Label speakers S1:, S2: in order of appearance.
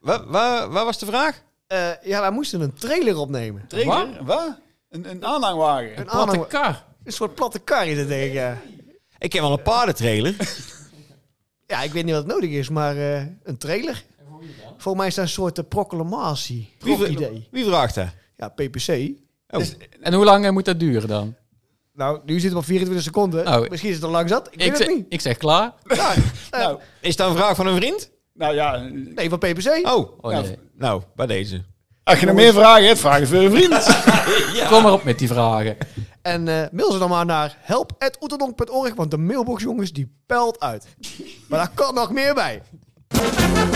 S1: Waar, waar, waar was de vraag?
S2: Eh, ja, wij moesten een trailer opnemen.
S3: Trailer? Wat? Een, een aanhangwagen.
S2: Een,
S4: Platte
S2: aanhang-
S4: kar.
S2: een soort platte kar is het, denk ik. Ja.
S1: Ik ken wel een paardentrailer.
S2: ja, ik weet niet wat nodig is, maar eh, een trailer. Volgens mij is dat een soort eh, proclamatie.
S1: Wie, vra-
S2: idee.
S1: wie vraagt dat?
S2: Ja, PPC.
S1: Oh,
S4: En hoe lang eh, moet dat duren dan?
S2: Nou, nu zitten we op 24 seconden.
S4: Nou,
S2: Misschien is het al lang zat. Ik,
S4: Ik,
S2: weet het
S4: zeg,
S2: niet.
S4: ik zeg klaar.
S3: Nou,
S1: is dat een vraag van een vriend?
S3: nou ja.
S2: Nee, van PPC.
S1: Oh,
S4: Oh,
S3: Ja,
S4: nee.
S1: nou, bij deze.
S3: Als je nog meer vragen hebt, vraag het voor een vriend.
S4: Kom maar op met die vragen.
S2: En eh, mail ze dan maar naar help.oeterdonk.org, want de mailbox, jongens, die pelt uit. maar daar kan nog meer bij.